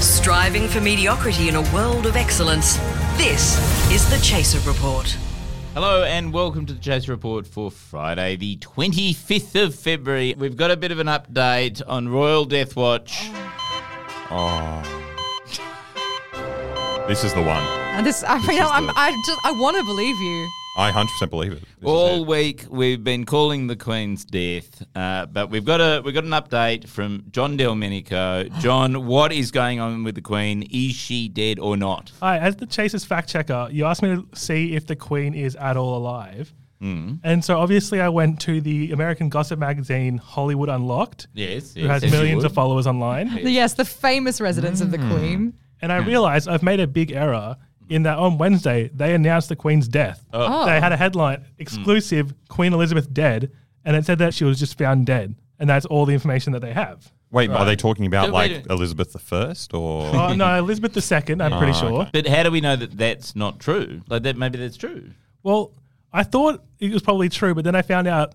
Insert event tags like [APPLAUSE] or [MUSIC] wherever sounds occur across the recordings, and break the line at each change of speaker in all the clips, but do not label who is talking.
Striving for mediocrity in a world of excellence. This is the Chaser Report.
Hello and welcome to the Chase Report for Friday, the 25th of February. We've got a bit of an update on Royal Death Watch.
Oh. This is the one.
And this, I mean,
is
I'm,
the-
I just, I want to believe you.
I 100% believe it. This is
All
it.
week we've been calling the Queen's death, uh, but we've got a we've got an update from John Delmenico. John, what is going on with the Queen? Is she dead or not?
Hi, as the Chaser's fact checker, you asked me to see if the Queen is at all alive.
Hmm.
Mm. And so obviously, I went to the American gossip magazine Hollywood Unlocked,
Yes,
who has millions of followers online.
The- Yes, the famous residence of the Queen.
and I realized I've made a big error in that on Wednesday, they announced the Queen's death.
Oh.
They had a headline exclusive Queen Elizabeth dead, and it said that she was just found dead. And that's all the information that
[LAUGHS]
they have.
Wait, are they talking about
Don't
like
wait a-
Elizabeth I or?
Oh, no, Elizabeth II, I'm
Ah,
pretty sure.
But how do we know that that's not true? Like that, maybe that's true.
Well, I thought it was probably true, but then I found out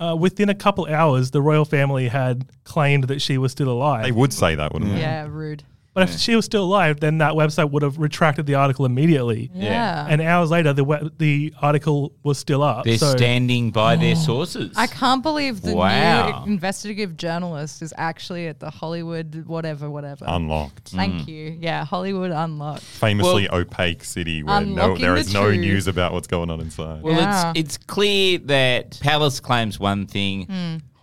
uh, within a couple hours the royal family had claimed that she was still alive.
They would say that, wouldn't they?
Yeah, rude.
but if she was still alive, then that website would have retracted the article immediately.
Yeah.
And hours later, the web, the article was still up.
They're
so
standing by their sources.
I can't believe the
Wow.
new investigative journalist is actually at the Hollywood whatever, whatever.
Um, Unlocked.
Thank you. Yeah, Hollywood Unlocked.
Famously opaque city where no,
Unlocking
there
the
is no
truth.
news about what's going on inside.
Well,
Yeah.
it's it's clear that Palace claims one thing,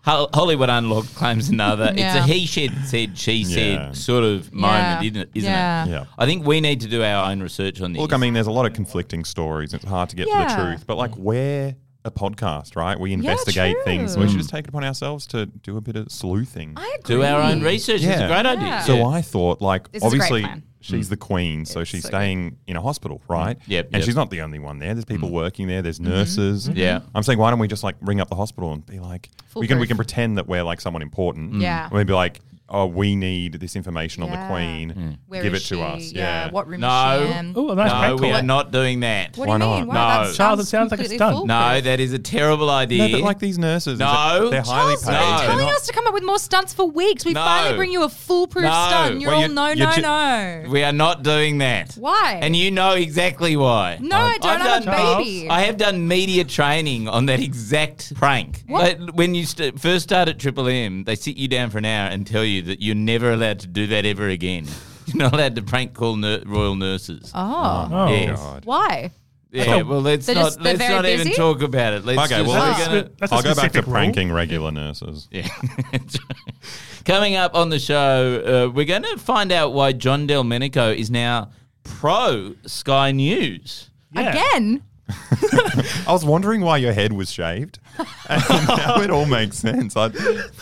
Hol- Hollywood Unlocked claims another.
Hmm. Yeah.
It's a he said, said she said
Yeah.
sort of moment, isn't it? Isn't
yeah.
it?
Yeah.
I think we need to do our own research on this.
Look, I mean, there's a lot of conflicting stories. It's hard to get to the
Yeah.
truth, but like we're a podcast, right? We investigate things. So we should just take it upon ourselves to do a bit of sleuthing.
I agree.
do our own research. It's a
Yeah.
great idea.
Yeah.
So I thought, like,
This is a great
obviously
plan.
she's the queen, so she's
so good.
staying in a hospital, right?
Yep,
And
yep.
she's not the only one there. There's people working there. There's
Mm-hmm.
nurses.
Yeah.
I'm saying, why don't we just like ring up the hospital and be like, we can we
Foolproof.
can pretend that we're like someone important.
Yeah.
And we'd be like, oh, we need this information on the
Yeah.
queen.
Where
Give it
is
to
she?
us.
Yeah. What room
No.
is she in?
Ooh, um, a nice
no,
prank
we
call.
are not doing that.
What
Why
do you
not?
mean?
No.
Wow, that
Charles, it sounds like a
completely
stunt.
foolproof.
No, that is a terrible idea.
No, but like these nurses,
No.
they're highly
Charles,
paid.
you've
No.
been
They're
telling
not-
us to come up with more stunts for weeks. We
No.
finally bring you a foolproof
No.
stunt. and You're
Well,
all
you-
no,
you
no,
ju-
no.
we are not doing that.
Why?
And you know exactly why.
No, I don't.
I've
I'm a
done-
baby.
I have done media training on that exact prank.
What?
Like, when you st- first start at Triple M, they sit you down for an hour and tell you that you're never allowed to do that ever again. [LAUGHS] You're not allowed to prank call nur- royal nurses.
Oh,
Oh.
Yes.
God.
why?
Yeah, well, let's
They're
not
just- they're
let's
very
not even
busy?
talk about it. Let's
Okay,
just-
well,
we're
that's-
gonna-
That's a
I'll go back to
specific rule.
pranking regular nurses.
Yeah. [LAUGHS] Coming up on the show, uh, we're going to find out why John Delmenico is now pro Sky News.
Yeah.
Again?
I was wondering why your head was shaved. [LAUGHS] And now it all makes sense. I'm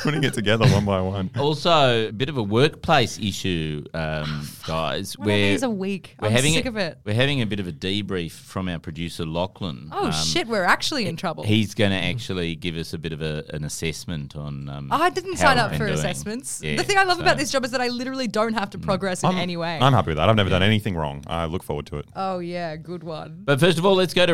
putting it together one by one.
Also, a bit of a workplace issue,
Oh,
um, guys.
One of these a week.
we're
I'm
having
sick
a,
of it.
We're having a bit of a debrief from our producer Lachlan.
Oh
Um,
shit, we're actually in trouble.
He's going to actually give us a bit of a, an assessment on. Um,
Ah, I didn't
how
sign
we've
up
been
for
doing.
assessments.
Yeah,
the thing I love about
so- Mm.
this job is that I literally don't have to progress in any way.
I'm happy with that. I've never done anything wrong. I look forward to it.
oh yeah, good one.
But first of all, let's go to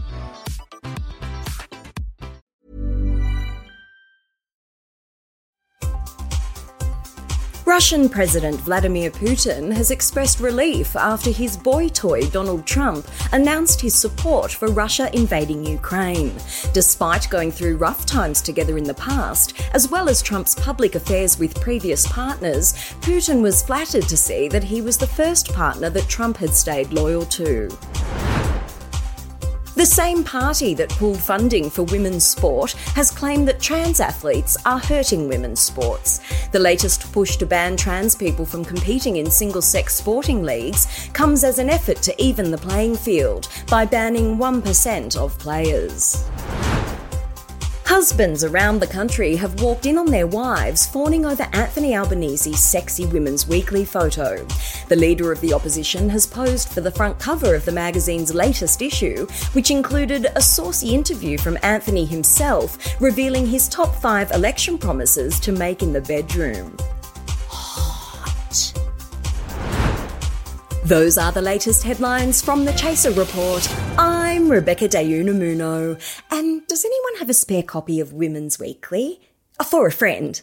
Russian President Vladimir Putin has expressed relief after his boy toy Donald Trump announced his support for Russia invading Ukraine. Despite going through rough times together in the past, as well as Trump's public affairs with previous partners, Putin was flattered to see that he was the first partner that Trump had stayed loyal to. The same party that pulled funding for women's sport has claimed that trans athletes are hurting women's sports. The latest push to ban trans people from competing in single sex sporting leagues comes as an effort to even the playing field by banning 1% of players. Husbands around the country have walked in on their wives fawning over Anthony Albanese's sexy Women's Weekly photo. The leader of the opposition has posed for the front cover of the magazine's latest issue, which included a saucy interview from Anthony himself revealing his top five election promises to make in the bedroom. Those are the latest headlines from the Chaser Report. I'm Rebecca De Unamuno. And does anyone have a spare copy of Women's Weekly? Uh, For a friend.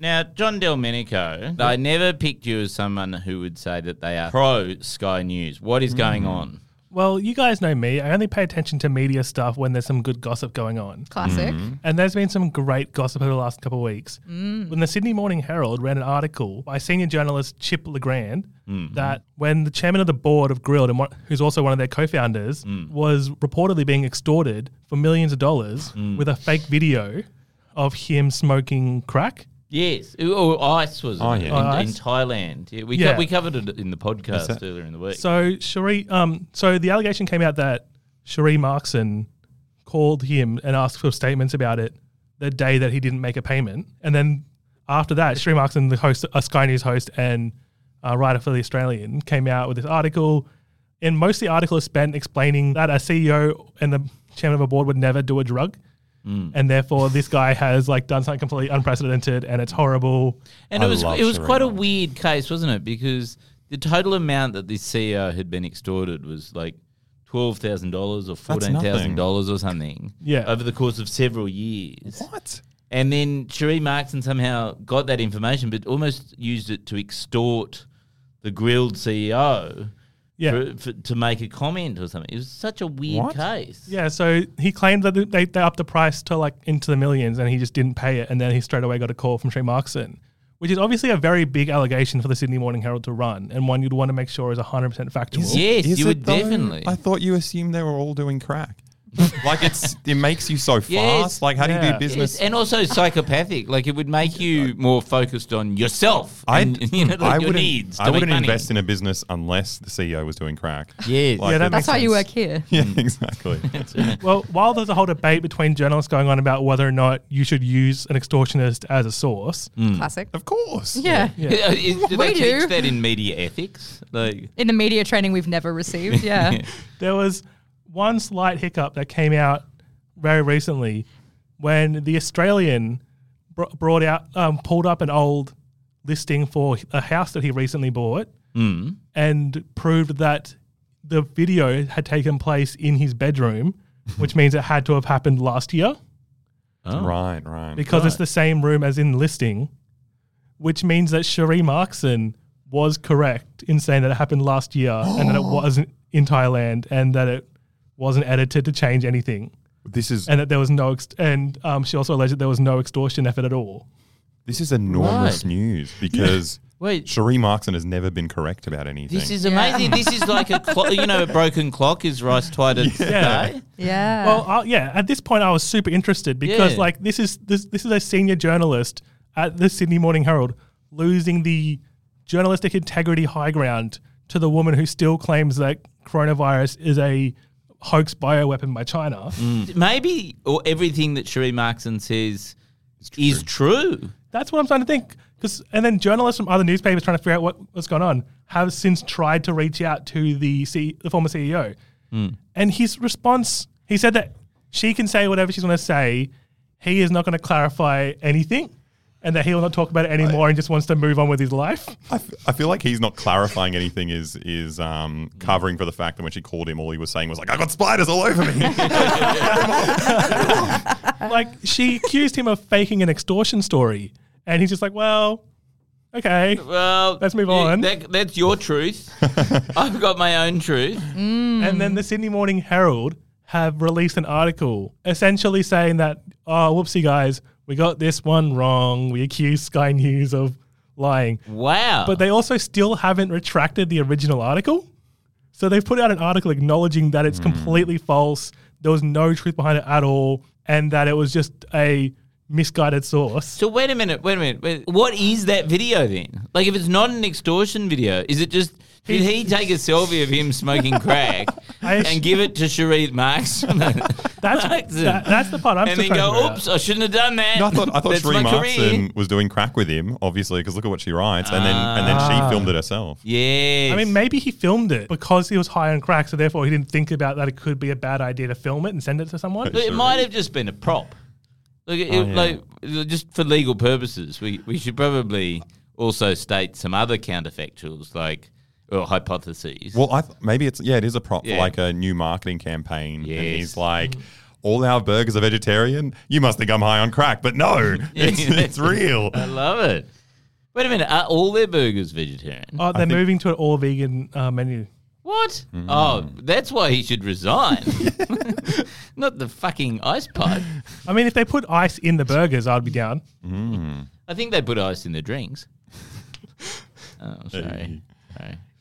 Now, John Delmenico, I never picked you as someone who would say that they are pro Sky News. What is
Mm.
going on?
Well, you guys know me. I only pay attention to media stuff when there's some good gossip going on.
Classic.
Mm.
And there's been some great gossip over the last couple of weeks. When the Sydney Morning Herald ran an article by senior journalist Chip Legrand that when the chairman of the board of Grilled, and one, who's also one of their co-founders, was reportedly being extorted for millions of dollars with a fake video of him smoking crack.
Yes. Oh, ice was
Oh,
in,
yeah.
in,
Oh,
ice?
Thailand. Yeah, we, co-
Yeah.
we covered it in the podcast
that-
earlier in the week.
So Cherie, um, so the allegation came out that Cherie Markson called him and asked for statements about it the day that he didn't make a payment, and then after that, Cherie Markson, the host, a Sky News host and uh, writer for the Australian, came out with this article, and most of the article is spent explaining that a CEO and the chairman of a board would never do a drug. And therefore, this guy has like done something completely unprecedented, and it's horrible.
And
I
it was
love
it was
Serena.
quite a weird case, wasn't it? Because the total amount that this CEO had been extorted was like twelve thousand dollars or fourteen thousand dollars or something.
Yeah.
Over the course of several years.
What?
And then Cherie Markson somehow got that information but almost used it to extort the grilled CEO
Yeah,
for, for, to make a comment or something. It was such a weird
What?
case.
Yeah, so he claimed that they, they upped the price to like into the millions and he just didn't pay it. And then he straight away got a call from Sri Markson, which is obviously a very big allegation for the Sydney Morning Herald to run and one you'd want to make sure is 100% factual.
Is Yes,
Is
you
it
would
though?
definitely.
I thought you assumed they were all
[LAUGHS]
doing crack. like it's it makes you so fast.
Yes.
Like how do you
Yeah.
do business?
Yes, and also psychopathic. Like it would make you more focused on yourself
I'd-
and you know, like
I
your
wouldn't,
needs.
I wouldn't invest in a business unless the CEO was doing crack.
Yes.
Like
Yeah, that
it-
makes
That's why you
sense.
work here.
[LAUGHS] yeah,
[LAUGHS]
exactly.
Well, while there's a whole debate between journalists going on about whether or not you should use an extortionist as a source,
Classic.
of course.
Yeah.
Hmm. Yeah, [LAUGHS] is- do they
We
teach
do.
that in media ethics? Like,
In the media training we've never
[LAUGHS]
received. Yeah.
there was one slight hiccup that came out very recently when the Australian br- brought out, um, pulled up an old listing for a house that he recently bought and proved that the video had taken place in his bedroom, which means it had to have happened last year
Right, right.
because it's the same room as in the listing, which means that Cherie Markson was correct in saying that it happened last year and that it wasn't in Thailand and that it wasn't edited to change anything
this is
and that there was no ext- and um, she also alleged that there was no extortion effort at all.
this is
Right.
enormous news because
wait,
Cherie Markson has never been correct about anything.
this is amazing. This is like a clo- you know a broken clock is rice tied
[LAUGHS]
at today.
Yeah.
Well, uh, yeah, at this point I was super interested because
Yeah.
like this is this this is a senior journalist at the Sydney Morning Herald losing the journalistic integrity high ground to the woman who still claims that coronavirus is a hoax bioweapon by China.
Maybe or everything that Cherie Markson says is true.
That's what I'm starting to think. 'Cause- and then journalists from other newspapers trying to figure out what, what's gone on have since tried to reach out to the C, the former CEO. And his response, he said that she can say whatever she's going to say. He is not going to clarify anything and that he will not talk about it anymore and just wants to move on with his life.
I, f- I feel like he's not clarifying anything. Is is um, covering for the fact that when she called him, all he was saying was like, "I got spiders all over
[LAUGHS]
me."
like, she accused him of faking an extortion story. And he's just like, well, okay.
Well,
Let's move
you-
on.
that- that's your
[LAUGHS]
truth. I've got my own truth.
And
Hmm.
then the Sydney Morning Herald have released an article essentially saying that, oh, whoopsie, guys, we got this one wrong. We accused Sky News of lying.
Wow.
But they also still haven't retracted the original article. So they've put out an article acknowledging that it's
Hmm.
completely false. There was no truth behind it at all. And that it was just a misguided source.
So wait a minute, wait a minute. Wait, what is that video then? Like, if it's not an extortion video, is it just did he take a selfie of him smoking crack
[LAUGHS] I-
and give it to Sharif Marks? [LAUGHS]
That's
Markson.
that- that's the part I'm
[LAUGHS] and
still
then
trying to
go,
figure
oops,
out.
I shouldn't have done that.
No, I thought I thought
That's
Sheree
my career.
Markson was doing crack with him, obviously, because look at what she writes, and then and then
Ah.
she filmed it herself.
Yes.
I mean, maybe he filmed it because he was high on crack, so therefore he didn't think about that it could be a bad idea to film it and send it to someone.
Look, it
Sure.
might have just been a prop. Look, it,
Oh, yeah.
like just for legal purposes, we, we should probably also state some other counterfactuals, like or hypotheses.
Well, I th- maybe it's yeah, it is a prop
Yeah.
for like a new marketing campaign, and
Yes. Mm.
he's like. All our burgers are vegetarian. You must think I'm high on crack,
[LAUGHS]
but no, it's, it's real.
I love it. Wait a minute, are all their burgers vegetarian?
Oh, they're moving to an all vegan uh, menu.
What?
Mm.
Oh, that's why he should
[LAUGHS]
resign. [LAUGHS] Not the fucking ice pipe.
I mean, if they put ice in the burgers, I'd be down.
I think they put ice in their
[LAUGHS]
drinks. Oh, sorry. sorry.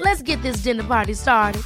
Let's get this dinner party started.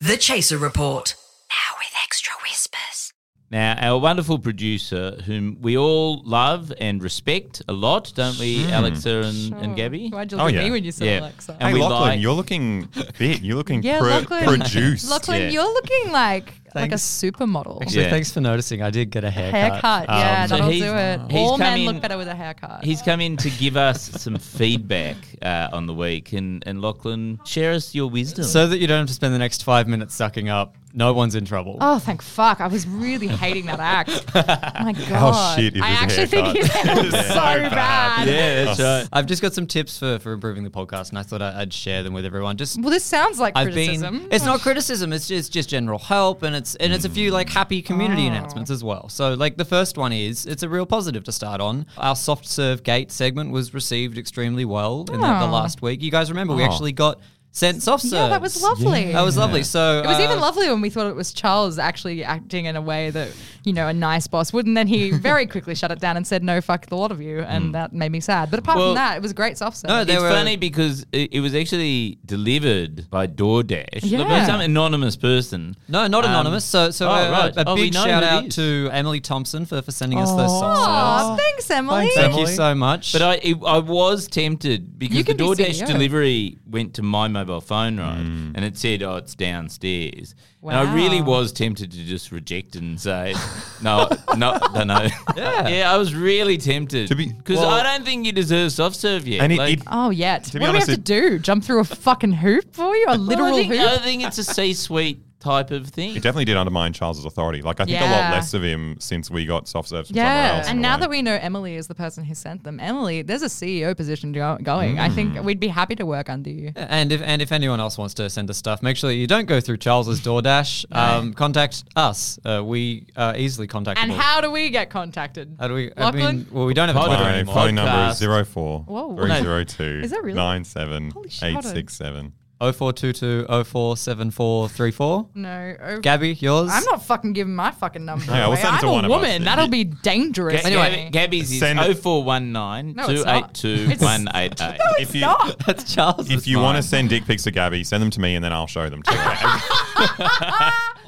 The Chaser Report. Now with extra whispers.
Now, our wonderful producer, whom we all love and respect a lot, don't we, Alexa and, and Gabby?
Why'd you
Oh,
look at
yeah.
me when you said
Yeah.
Alexa?
And
hey,
we
Lachlan,
like-
you're looking fit. You're looking
Yeah,
pro-
Lachlan.
produced.
Lachlan,
Yeah.
you're looking like like a
Thanks.
supermodel.
Actually,
Yeah.
thanks for noticing. I did get a haircut.
haircut, yeah,
Um, so
that'll
he's-
do it.
he's come
All men
in-
look better with a haircut.
He's come in to give us some feedback uh, on the week. And, and Lachlan, share us your wisdom.
Um, So that you don't have to spend the next five minutes sucking up. No one's in trouble.
Oh, thank fuck. I was really hating that act. Oh my God.
shit is
I
his
actually think
haircut? [LAUGHS]
his hair was [LAUGHS] so bad.
yeah, [LAUGHS] that's right.
I've just got some tips for, for improving the podcast, and I thought I- I'd share them with everyone. Just
Well, this sounds like
I've
criticism.
been. It's not criticism. It's just, it's just general help, and it's and it's a few like happy
Oh.
community announcements as well. So like the first one is it's a real positive to start on. Our soft serve gate segment was received extremely well in the, the
Oh.
last week. You guys remember we actually got sent soft serve.
Yeah, that was lovely.
That was lovely. So
It was
uh,
even lovely when we thought it was Charles actually acting in a way that, you know, a nice boss would. And then he very quickly shut it down and said, no, fuck the lot of you. And that made me sad. But apart
Well-
from that, it was a great soft serve.
No, they
it's
were-
funny because it, it was actually delivered by DoorDash Look, by
Yeah.
some anonymous person.
No, not
Um,
anonymous. So, so
oh,
a, a-
right.
a
Oh, we
big
know
shout
who it
out
is.
to Emily Thompson for, for sending us those soft
Aw,
serves.
thanks, Emily.
Thank
Emily.
you so much.
But I, it, I was tempted because
You
the
can be E
DoorDash
CEO.
delivery went to my mobile phone, right?
Mm.
And it said, oh, it's downstairs. And I
Wow.
really was tempted to just reject and say, no, [LAUGHS] no, no, no. Yeah. I was really tempted.
To be-
Because
well-
I don't think you deserve soft serve yet.
and it,
Like-
it-
Oh, yet.
To be
what
honest,
do we have to do? Jump through a fucking hoop for you? A literal
Well, I, think, uh,
hoop?
I think
[LAUGHS]
it's a C suite type of thing.
it definitely did undermine Charles's authority. Like I think a lot
Yeah.
less of him since we got soft serves from somewhere
Yeah,
else. in
and
a
now
way.
that we know Emily is the person who sent them, Emily, there's a CEO position go- going. I think
Mm.
we'd be happy to work under you.
and if and if anyone else wants to send us stuff, make sure you don't go through Charles's DoorDash. Um, contact us. Uh, we are easily contactable.
And how do we get contacted?
How do we? I
Lachlan?
mean, well, we don't have a
Pod-
Twitter
Sorry,
My
anymore.
phone number
podcast.
is 04
Whoa.
302
Is that really?
97
Holy shit, hold on.
867.
0422 047434.
no. oh,
Gabby, yours.
I'm not fucking giving my fucking number.
Yeah, we'll
away.
send it
I'm
to
a
one of us
woman.
then.
That'll be
Ga-
dangerous.
Gabby- Gabby's is
Send-
0419
No, it's not.
282
[LAUGHS]
188.
If you,
That's Charles.
if you want to send dick pics to Gabby, send them to me and then I'll show them to her.
[LAUGHS]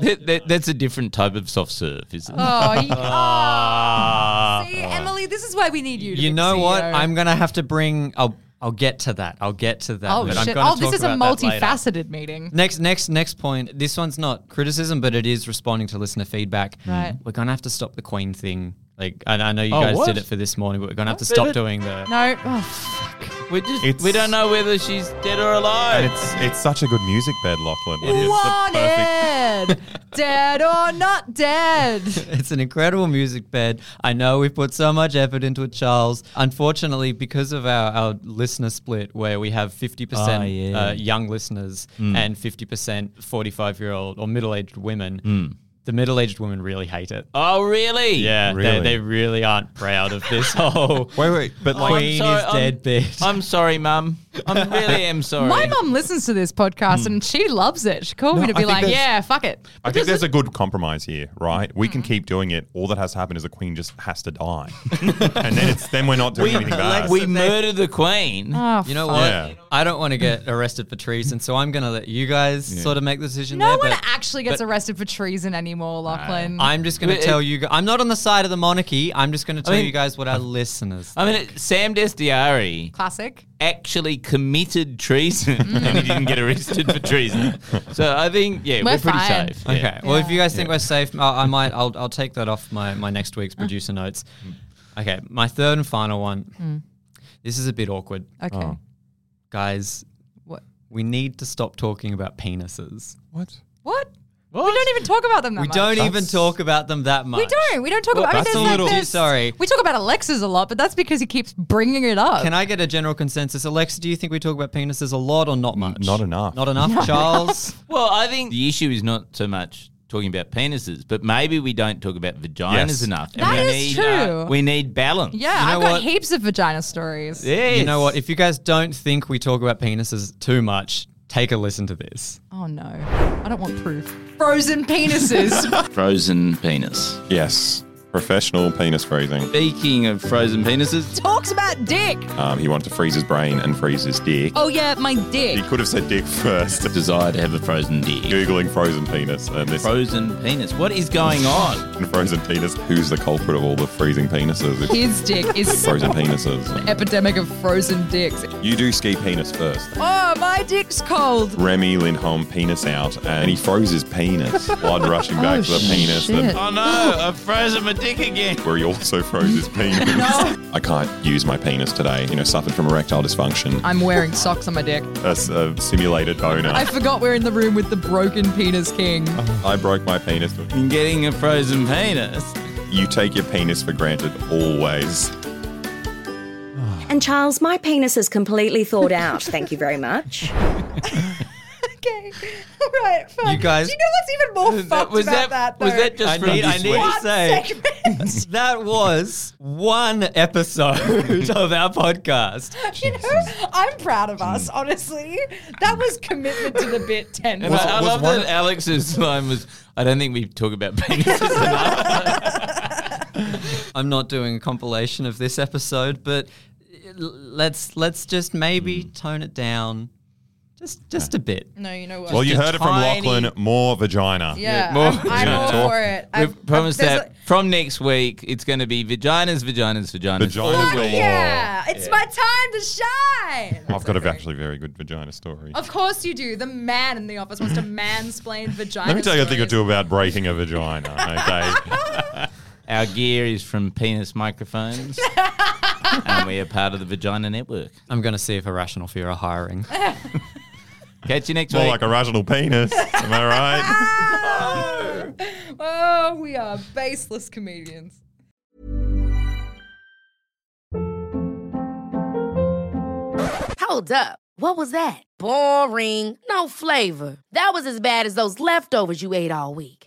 That- that- That's a different type of soft serve, isn't it?
[LAUGHS]
Oh, you,
Ah.
oh. See, Emily, this is why we need you. To
Ah, You
be E the
know what?
CEO.
I'm gonna have to bring. I'll I'll get to that. I'll get to that.
Oh
but I'm
shit!
gonna
Oh, this
talk
is a
about that later.
multifaceted meeting.
Next, next, next point. This one's not criticism, but it is responding to listener feedback.
Right.
We're gonna have to stop the Queen thing. Like, and I know you
Oh,
guys
what?
did it for this morning, but we're gonna have to
But
stop
it- [LAUGHS]
doing the.
No. Oh,
We just
It's-
we don't know whether she's dead or
and
alive.
it's, it's such a good music bed, Lachlan. Like, it's the perfect.
wanted,
[LAUGHS]
dead or not dead.
It's an incredible music bed. I know we've put so much effort into it, Charles. Unfortunately, because of our, our listener split, where we have 50%
Ah, yeah. Mm.
uh, young listeners and 50% 45 year old or middle aged women,
Mm.
the middle aged women really hate it.
oh really?
Yeah,
Really?
they, they
[LAUGHS]
really aren't proud of this whole
Wait, wait, but like,
Queen
sorry,
is
I'm-
dead bit.
I'm sorry, Mum. I'm really am sorry.
My mum listens to this podcast
Hmm.
and she loves it. She called
No,
me to be
I think
like,
there's-
yeah, fuck it.
I think there's a good compromise here, right? We can keep doing it. All that has to happen is the queen just has to die, [LAUGHS] and then it's then we're not doing
we,
anything bad.
we murdered the queen.
Oh,
You know
fuck.
what?
Yeah.
I don't want to get arrested for treason, so I'm going to let you guys sort of make the decision
No
there.
one
but
actually gets arrested for treason anymore, Lachlan.
I'm just going
But
to
it-
tell you. gu- I'm not on the side of the monarchy. I'm just going to tell
mean-
you guys what our listeners.
I mean, it, Sam Destiari
Classic.
actually committed treason and he didn't get arrested for treason. So I think, yeah, we're,
We're
pretty
fine.
safe.
Okay.
Yeah.
Well, if you guys think we're safe, I, I might. I'll, I'll take that off my, my next
Uh.
week's producer notes. Okay. My third and final one.
Hmm.
This is a bit awkward,
Okay.
guys.
What?
We need to stop talking about penises.
what?
What? We don't even talk about them that
we
much.
don't even talk about them that much.
We don't. We don't talk about. I mean, there's
that's a
like
little-
this-
Sorry.
We talk about Alexis a lot, but that's because he keeps bringing it up.
Can I get a general consensus, Alexa? Do you think we talk about penises a lot or not much?
not enough.
Not enough, Charles.
Well, I think the issue is not so much talking about penises, but maybe we don't talk about vaginas
Yes.
enough. And
That
we
is
need,
true.
we need balance.
yeah,
You know
I've got
what?
heaps of vagina
[LAUGHS]
stories.
Yes.
You know what? If you guys don't think we talk about penises too much, take a listen to this.
Oh no, I don't want proof. Frozen
[LAUGHS]
penises.
frozen penis.
Yes, professional penis freezing.
Speaking of frozen penises,
Talks about dick.
Um, he wanted to freeze his brain and freeze his dick.
Oh yeah, my
He
dick.
could have said dick first.
desire to have a frozen dick.
Googling frozen penis and this
Frozen penis. What is going on?
[LAUGHS] frozen penis. Who's the culprit of all the freezing penises? It's
His dick
[LAUGHS]
is
frozen penises.
epidemic of frozen dicks.
You do ski penis first.
Oh, my dick's cold.
Remy Lindholm penis out, and he froze his penis. Blood rushing back
Oh,
to the penis.
shit.
that-
Oh no, I've frozen my dick again.
where he also froze
[LAUGHS]
his penis. I can't use my penis today. You know, suffered from erectile dysfunction.
I'm wearing socks on my dick.
A, s- a simulated boner.
I forgot we're in the room with the broken penis king.
I broke my penis.
In getting a frozen penis.
You take your penis for granted always.
And Charles, my penis is completely thawed out. Thank you very much.
[LAUGHS] Okay. All right. Fine.
You guys-
Do you know what's even more fucked
was
about
that,
[LAUGHS] that?
was
though?
that just
I
from
need, I
this
need
week?
to
[LAUGHS]
say that was one episode [LAUGHS] of our podcast.
You know, I'm proud of us, honestly. That was commitment to the [LAUGHS] bit 10.
And I, I love that Alex's line was, I don't think we talk about [LAUGHS] penises enough.
I'm not doing a compilation of this episode, but l- let's let's just
Hmm.
maybe tone it down, just just a bit.
No, you know what?
Well, you
a
heard it from
tiny-
Lachlan. More vagina.
yeah,
more-
I'm, I'm
Yeah.
all for it. I've-
We've promised
there's
that from next week it's going to be vaginas, vaginas, vaginas.
Vagina
a-
galore.
yeah, it's my time to shine.
I've got a actually very good vagina story.
Of course you do. The man in the office
[LAUGHS]
wants to mansplain vagina.
Let me tell you a thing or two
stories.
about breaking a vagina, okay?
[LAUGHS] Our gear is from penis [LAUGHS] microphones. and we are part of the Vagina Network.
I'm going to see if Irrational Fear
[LAUGHS]
are hiring.
Catch you next
More
week.
like a rational penis. Am I right?
[LAUGHS]
[LAUGHS] Oh, we are baseless comedians.
Hold up. What was that? Boring. No flavor. That was as bad as those leftovers you ate all week.